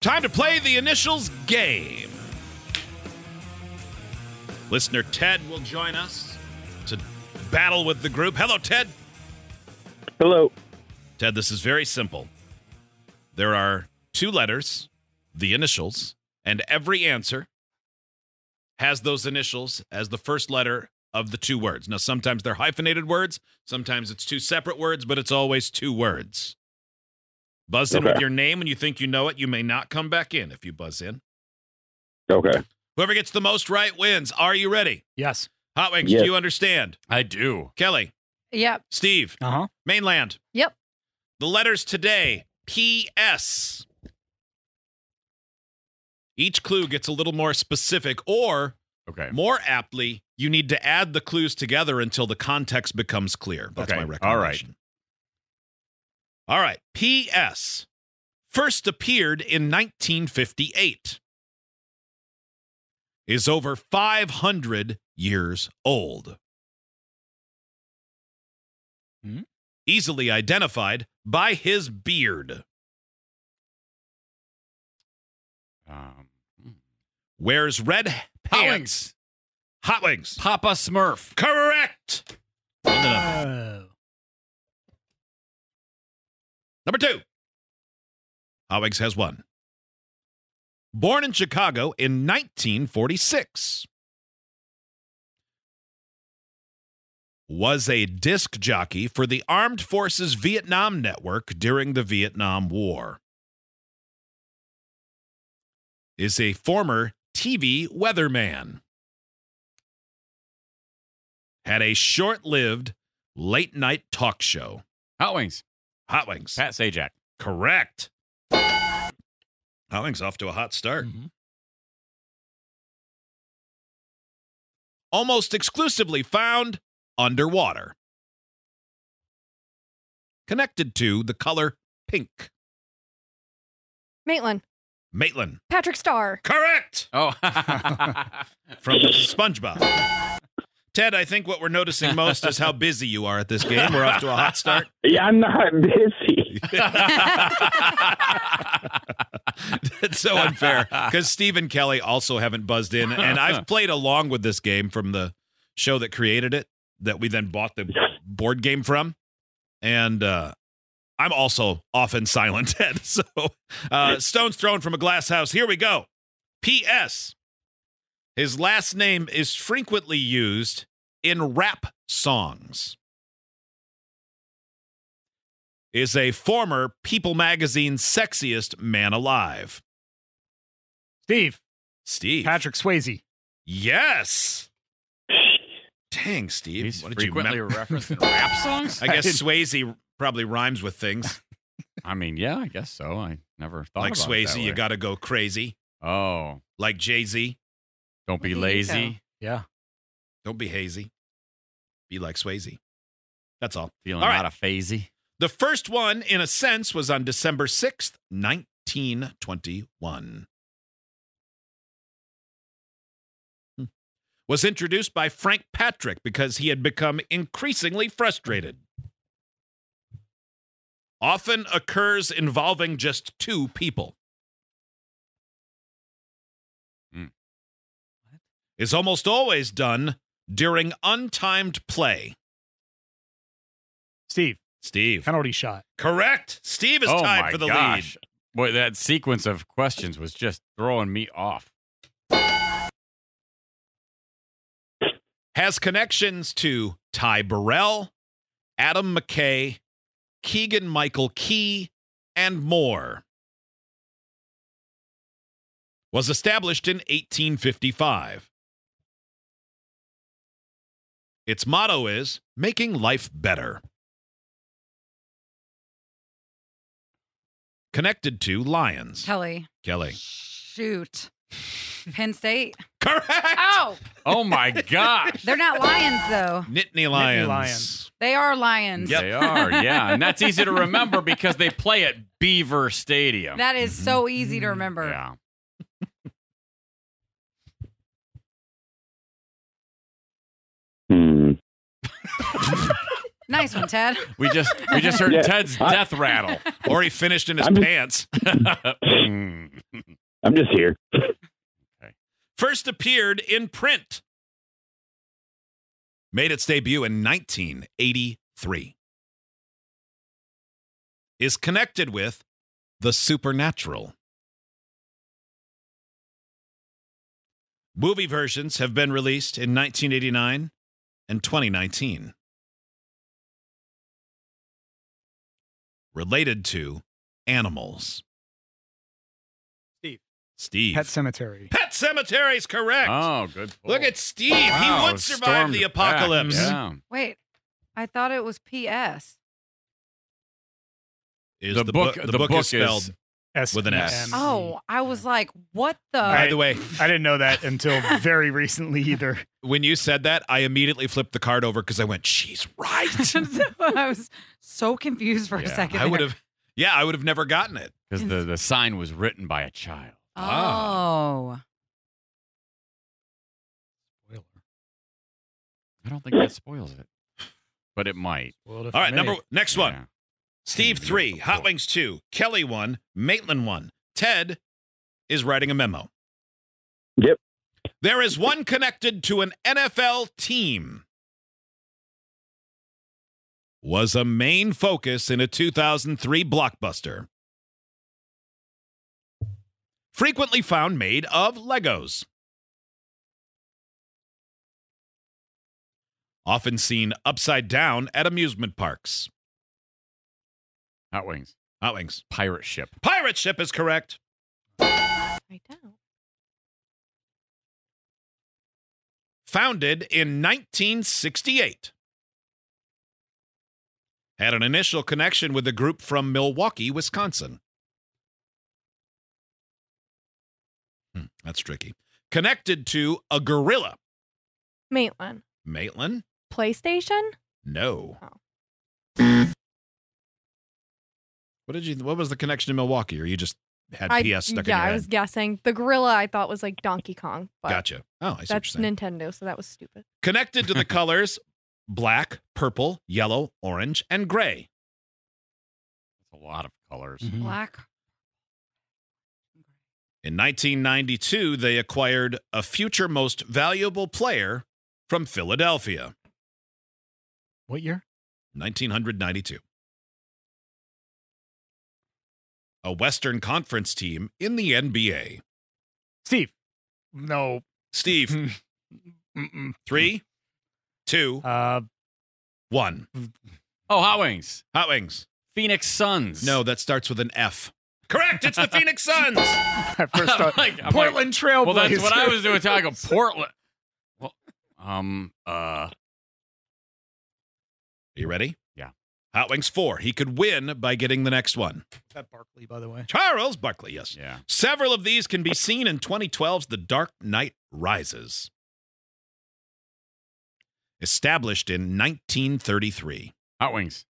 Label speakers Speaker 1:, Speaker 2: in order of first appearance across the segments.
Speaker 1: Time to play the initials game. Listener Ted will join us to battle with the group. Hello, Ted.
Speaker 2: Hello.
Speaker 1: Ted, this is very simple. There are two letters, the initials, and every answer has those initials as the first letter of the two words. Now, sometimes they're hyphenated words, sometimes it's two separate words, but it's always two words. Buzz in
Speaker 2: Okay.
Speaker 1: with your name when you think you know it. You may not come back in if you buzz in.
Speaker 2: Okay.
Speaker 1: Whoever gets the most right wins. Are you ready?
Speaker 3: Yes.
Speaker 1: Hot Wings,
Speaker 2: Yes.
Speaker 1: do you understand?
Speaker 3: I do.
Speaker 1: Kelly,
Speaker 4: Yep.
Speaker 1: Steve,
Speaker 3: Uh huh.
Speaker 1: mainland.
Speaker 4: Yep.
Speaker 1: The letters today PS. Each clue gets a little more specific, or
Speaker 3: Okay.
Speaker 1: more aptly, you need to add the clues together until the context becomes clear. That's
Speaker 3: Okay.
Speaker 1: my
Speaker 3: All right.
Speaker 1: recommendation. All right. PS. First appeared in 1958. Is over 500 years old.
Speaker 3: Hmm?
Speaker 1: Easily identified by his beard.
Speaker 3: Um,
Speaker 1: Wears red
Speaker 3: Hot
Speaker 1: pants.
Speaker 3: Wings.
Speaker 1: Hot wings.
Speaker 3: Papa Smurf.
Speaker 1: Correct. One to nothing.
Speaker 3: Oh.
Speaker 1: Number two. Howigs has one. Born in Chicago in 1946. Was a disc jockey for the Armed Forces Vietnam Network during the Vietnam War. Is a former TV weatherman. Had a short lived late night talk show.
Speaker 3: Hot Wings.
Speaker 1: Hot Wings.
Speaker 3: Pat Sajak.
Speaker 1: Correct. Howling's off to a hot
Speaker 3: Er.
Speaker 1: start.
Speaker 3: Mm-hmm.
Speaker 1: Almost exclusively found underwater. Connected to the color pink.
Speaker 4: Maitland.
Speaker 1: Maitland.
Speaker 4: Patrick Starr.
Speaker 1: Correct.
Speaker 3: Oh.
Speaker 1: From SpongeBob. Ted, I think what we're noticing most is how busy you are at this game. We're off to a hot start.
Speaker 2: Yeah, I'm not busy.
Speaker 1: That's so unfair because Steve and Kelly also haven't buzzed in, and I've played along with this game from the show that created it that we then bought the board game from, and uh, I'm also often silent. Ted. So, uh, stones thrown from a glass house. Here we go. P.S. His last name is frequently used in rap songs. Is a former People Magazine sexiest man alive.
Speaker 3: Steve.
Speaker 1: Steve.
Speaker 3: Patrick Swayze.
Speaker 1: Yes. Dang, Steve.
Speaker 3: He's
Speaker 1: what did you
Speaker 3: frequently
Speaker 1: mem-
Speaker 3: referenced in rap songs.
Speaker 1: I guess Swayze probably rhymes with things.
Speaker 3: I mean, yeah, I guess so. I never thought
Speaker 1: like
Speaker 3: about it
Speaker 1: Swayze,
Speaker 3: that
Speaker 1: you
Speaker 3: way.
Speaker 1: got to go crazy.
Speaker 3: Oh,
Speaker 1: Like Jay Z,
Speaker 3: don't be
Speaker 4: There you
Speaker 3: lazy.
Speaker 4: go.
Speaker 3: Yeah.
Speaker 1: don't be hazy. Be like Swayze. That's all.
Speaker 3: Feeling
Speaker 1: All right.
Speaker 3: out of phasey.
Speaker 1: The first one, in a sense, was on December 6th, 1921. Hmm. Was introduced by Frank Patrick because he had become increasingly frustrated. Often occurs involving just two people.
Speaker 3: Hmm.
Speaker 1: Is almost always done during untimed play.
Speaker 5: Steve,
Speaker 1: Steve.
Speaker 5: penalty shot.
Speaker 1: Correct. Steve is
Speaker 3: oh
Speaker 1: tied
Speaker 3: my
Speaker 1: for the
Speaker 3: gosh. Boy, that sequence of questions was just throwing me off.
Speaker 1: lead. Has connections to Ty Burrell, Adam McKay, Keegan Michael Key, and more. Was established in 1855. Its motto is making life better. Connected to Lions.
Speaker 4: Kelly.
Speaker 1: Kelly.
Speaker 4: Shoot. Penn State.
Speaker 1: Correct.
Speaker 4: Oh,
Speaker 3: Oh my gosh.
Speaker 4: they're not lions though.
Speaker 1: Nittany
Speaker 5: Lions.
Speaker 1: Lions.
Speaker 4: They are lions.
Speaker 1: Yep.
Speaker 3: They are, yeah. And that's easy to remember because they play at Beaver Stadium.
Speaker 4: That is so easy to remember.
Speaker 3: yeah.
Speaker 2: Hmm.
Speaker 4: Nice one, Ted.
Speaker 3: We just we just heard
Speaker 2: Yeah.
Speaker 3: Ted's
Speaker 2: I-
Speaker 3: death rattle.
Speaker 1: or he finished in his
Speaker 2: I'm just-
Speaker 1: pants.
Speaker 3: Mm.
Speaker 2: I'm just here.
Speaker 1: First appeared in print. Made its debut in 1983. Is connected with the supernatural. Movie versions have been released in 1989 and 2019. Related to animals.
Speaker 5: Steve.
Speaker 1: Steve.
Speaker 5: Pet Cemetery.
Speaker 1: Pet Cemetery is correct.
Speaker 3: Oh, good. pull.
Speaker 1: Look at Steve. he
Speaker 3: Wow,
Speaker 1: would survive
Speaker 3: stormed
Speaker 1: the
Speaker 3: back.
Speaker 1: apocalypse.
Speaker 3: Yeah.
Speaker 4: Wait, I thought it was P.S.
Speaker 1: Is
Speaker 3: The book-
Speaker 1: the, book, is spelled.
Speaker 5: S
Speaker 1: With an S.
Speaker 5: M E.
Speaker 4: Oh, I was like, what the?
Speaker 1: By
Speaker 5: Right.
Speaker 1: the way,
Speaker 5: I didn't know that until very recently either.
Speaker 1: when you said that, I immediately flipped the card over because I went, "She's right."
Speaker 4: so I was so confused for a
Speaker 3: Yeah,
Speaker 4: second.
Speaker 1: I would
Speaker 4: there.
Speaker 1: have. Yeah, I would have never gotten it.
Speaker 3: Because the, the sign was written by a child.
Speaker 4: Oh,
Speaker 5: Spoiler.
Speaker 3: I don't think that spoils it, but it might.
Speaker 1: All right, number next one.
Speaker 3: Yeah.
Speaker 1: Steve
Speaker 3: Yeah,
Speaker 1: three,
Speaker 3: of
Speaker 1: Hot
Speaker 3: course.
Speaker 1: Wings two, Kelly one, Maitland one. Ted is writing a memo.
Speaker 2: Yep.
Speaker 1: There is one connected to an NFL team. Was a main focus in a 2003 blockbuster. Frequently found made of Legos. Often seen upside down at amusement parks.
Speaker 3: Hot Wings.
Speaker 1: Hot Wings.
Speaker 3: Pirate ship.
Speaker 1: Pirate ship is correct.
Speaker 4: I don't.
Speaker 1: Founded in 1968. Had an initial connection with a group from Milwaukee, Wisconsin. Hmm, that's tricky. Connected to a gorilla.
Speaker 6: Maitland.
Speaker 1: Maitland?
Speaker 6: PlayStation?
Speaker 1: No.
Speaker 6: Oh.
Speaker 1: What did you? What was the connection to Milwaukee? Or you just had
Speaker 6: I-
Speaker 1: PS stuck
Speaker 6: yeah,
Speaker 1: in your
Speaker 6: I
Speaker 1: head?
Speaker 6: was guessing. The gorilla I thought was like Donkey Kong, but
Speaker 1: gotcha. Oh, I see what
Speaker 6: that's
Speaker 1: you're saying.
Speaker 6: Nintendo, so that was stupid.
Speaker 1: Connected to the colors black, purple, yellow, orange, and gray.
Speaker 3: That's a lot of colors.
Speaker 5: Mm. Mm-hmm.
Speaker 4: Black.
Speaker 1: In 1992, they acquired a future most valuable player from Philadelphia,
Speaker 5: What year?
Speaker 1: 1992. A Western Conference team in the NBA.
Speaker 5: Steve. No. Mm-hmm.
Speaker 1: Steve,
Speaker 5: Mm-mm.
Speaker 1: three, two,
Speaker 5: Uh,
Speaker 1: one.
Speaker 3: Oh, Hot Wings.
Speaker 1: Hot Wings.
Speaker 3: Phoenix Suns.
Speaker 1: No, that starts with an F. Correct. It's the Phoenix Suns.
Speaker 5: I first thought
Speaker 3: Like- I'm like,
Speaker 5: Portland Trail
Speaker 3: well, that's what I was doing.
Speaker 5: Talking
Speaker 3: Talking Portland. Well, um, uh,
Speaker 1: You ready?
Speaker 3: Yeah.
Speaker 1: Hot Wings four. He could win by getting the next one.
Speaker 5: That Barkley, by the way.
Speaker 1: Charles Buckley, yes.
Speaker 3: yeah.
Speaker 1: Several of these can be seen in 2012's The Dark Knight Rises. Established in 1933.
Speaker 3: Hot Wings.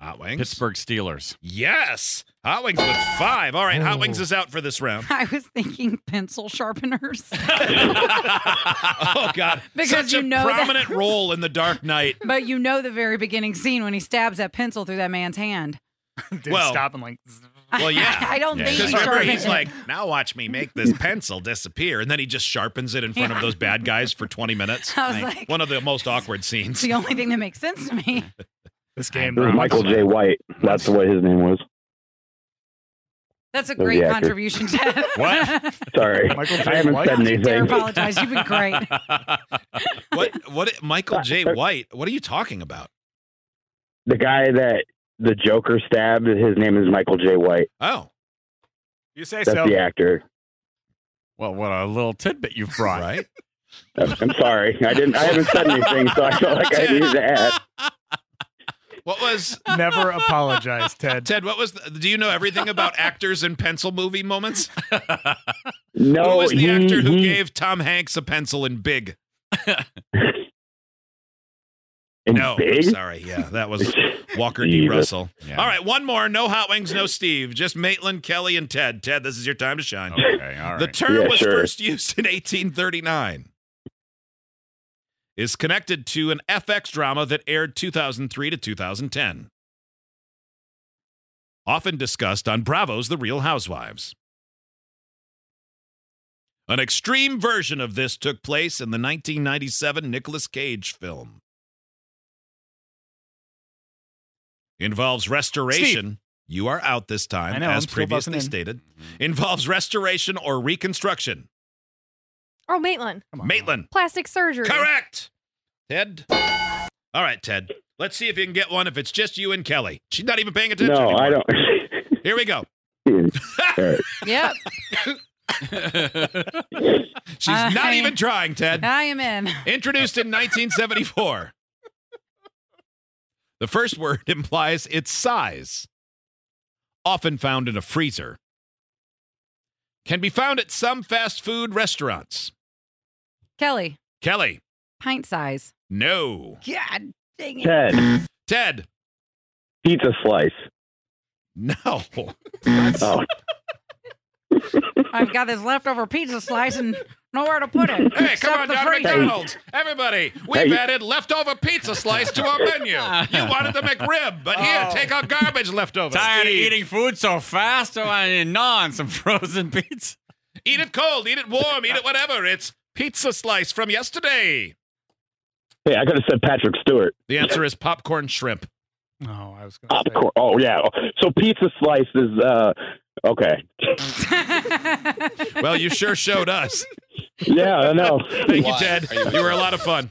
Speaker 1: Hot Wings?
Speaker 3: Pittsburgh Steelers.
Speaker 1: Yes. Hot Wings with five. All right. Hot
Speaker 5: Oh.
Speaker 1: Wings is out for this round.
Speaker 4: I was thinking pencil sharpeners.
Speaker 1: oh, God.
Speaker 4: Because
Speaker 1: Such
Speaker 4: you
Speaker 1: a
Speaker 4: know that-
Speaker 1: prominent role in The Dark Knight.
Speaker 4: but you know the very beginning scene when he stabs that pencil through that man's hand.
Speaker 5: Didn't
Speaker 1: Well-
Speaker 5: stop and like. zzz.
Speaker 1: Well, yeah.
Speaker 4: I don't
Speaker 3: Yeah,
Speaker 4: think
Speaker 3: yeah.
Speaker 1: Because
Speaker 4: he
Speaker 1: remember,
Speaker 4: sharpened
Speaker 1: he's
Speaker 4: it.
Speaker 1: like, now watch me make this pencil disappear. And then he just sharpens it in front of those bad guys for 20 minutes.
Speaker 4: I was like-
Speaker 1: One of the most awkward scenes.
Speaker 4: it's the only thing that makes sense to me.
Speaker 5: This game.
Speaker 2: It was Michael J. White. That's what his name was.
Speaker 4: That's a
Speaker 2: Those
Speaker 4: great
Speaker 2: actors.
Speaker 4: contribution, Ted.
Speaker 3: What?
Speaker 2: Sorry.
Speaker 5: Michael J.
Speaker 2: I haven't
Speaker 5: White?
Speaker 2: said
Speaker 4: Don't you dare
Speaker 2: anything.
Speaker 4: apologize. You've been great.
Speaker 1: What? What? Michael J. White? What are you talking about?
Speaker 2: The guy that the Joker stabbed, his name is Michael J. White.
Speaker 1: Oh,
Speaker 5: You say
Speaker 2: That's
Speaker 5: so.
Speaker 2: the actor.
Speaker 3: well, what a little tidbit you've brought.
Speaker 1: right.
Speaker 2: I'm sorry. I didn't I haven't said anything, so I felt like I needed to ask.
Speaker 1: What was
Speaker 5: Never apologize, Ted.
Speaker 1: Ted? What was? The, do you know everything about actors in pencil movie moments?
Speaker 2: No,
Speaker 1: who was the
Speaker 2: he-
Speaker 1: actor who
Speaker 2: he-
Speaker 1: gave Tom Hanks a pencil in Big?
Speaker 2: in
Speaker 1: no,
Speaker 2: Big?
Speaker 1: sorry. Yeah, that was Walker D.
Speaker 2: Jesus.
Speaker 1: Russell.
Speaker 3: Yeah.
Speaker 1: All right, one more. No hot wings, no Steve. Just Maitland, Kelly, and Ted. Ted, this is your time to shine.
Speaker 3: Okay. All right.
Speaker 1: The term
Speaker 2: Yeah,
Speaker 1: was
Speaker 2: sure.
Speaker 1: first used in 1839. Is connected to an FX drama that aired 2003 to 2010. Often discussed on Bravo's The Real Housewives. An extreme version of this took place in the 1997 Nicolas Cage film. Involves restoration. You are out this time,
Speaker 5: I know, I'm
Speaker 1: as
Speaker 5: still
Speaker 1: previously
Speaker 5: buzzing in.
Speaker 1: stated. Involves restoration or reconstruction.
Speaker 6: Oh, Maitland.
Speaker 5: Come on.
Speaker 1: Maitland.
Speaker 6: Plastic surgery.
Speaker 1: Correct. Ted. All right, Ted. Let's see if you can get one if it's just you and Kelly. She's not even paying attention.
Speaker 2: No,
Speaker 1: anymore.
Speaker 2: I don't.
Speaker 1: Here we go.
Speaker 4: Yep.
Speaker 1: She's
Speaker 5: Uh,
Speaker 1: not
Speaker 4: I-
Speaker 1: even trying, Ted.
Speaker 4: I am in.
Speaker 1: Introduced in 1974. The first word implies its size, often found in a freezer. Can be found at some fast food restaurants.
Speaker 4: Kelly,
Speaker 1: Kelly,
Speaker 4: pint size.
Speaker 1: no.
Speaker 4: God dang it.
Speaker 2: Ted,
Speaker 1: Ted,
Speaker 2: pizza slice.
Speaker 1: no.
Speaker 2: Oh,
Speaker 4: I've got this leftover pizza slice and nowhere to put it.
Speaker 1: Hey,
Speaker 4: except
Speaker 1: come on
Speaker 4: the
Speaker 1: down to
Speaker 4: freezer.
Speaker 1: McDonald's. Everybody, we've
Speaker 2: Hey.
Speaker 1: added leftover pizza slice to our menu. You wanted the McRib, but here,
Speaker 5: Oh.
Speaker 1: take our garbage leftovers.
Speaker 3: Tired of eating food so fast? So I need non some frozen pizza.
Speaker 1: Eat it cold, eat it warm, eat it whatever. It's pizza slice from yesterday.
Speaker 2: hey, I could have said Patrick Stewart.
Speaker 1: The answer is popcorn shrimp.
Speaker 5: Oh, I was going to say.
Speaker 2: Popcorn. Oh yeah. So pizza slice is uh okay.
Speaker 1: Well, you sure showed us.
Speaker 2: Yeah, I know.
Speaker 1: Thank you,
Speaker 7: Why
Speaker 1: Ted.
Speaker 7: are you-
Speaker 1: You were a lot of fun.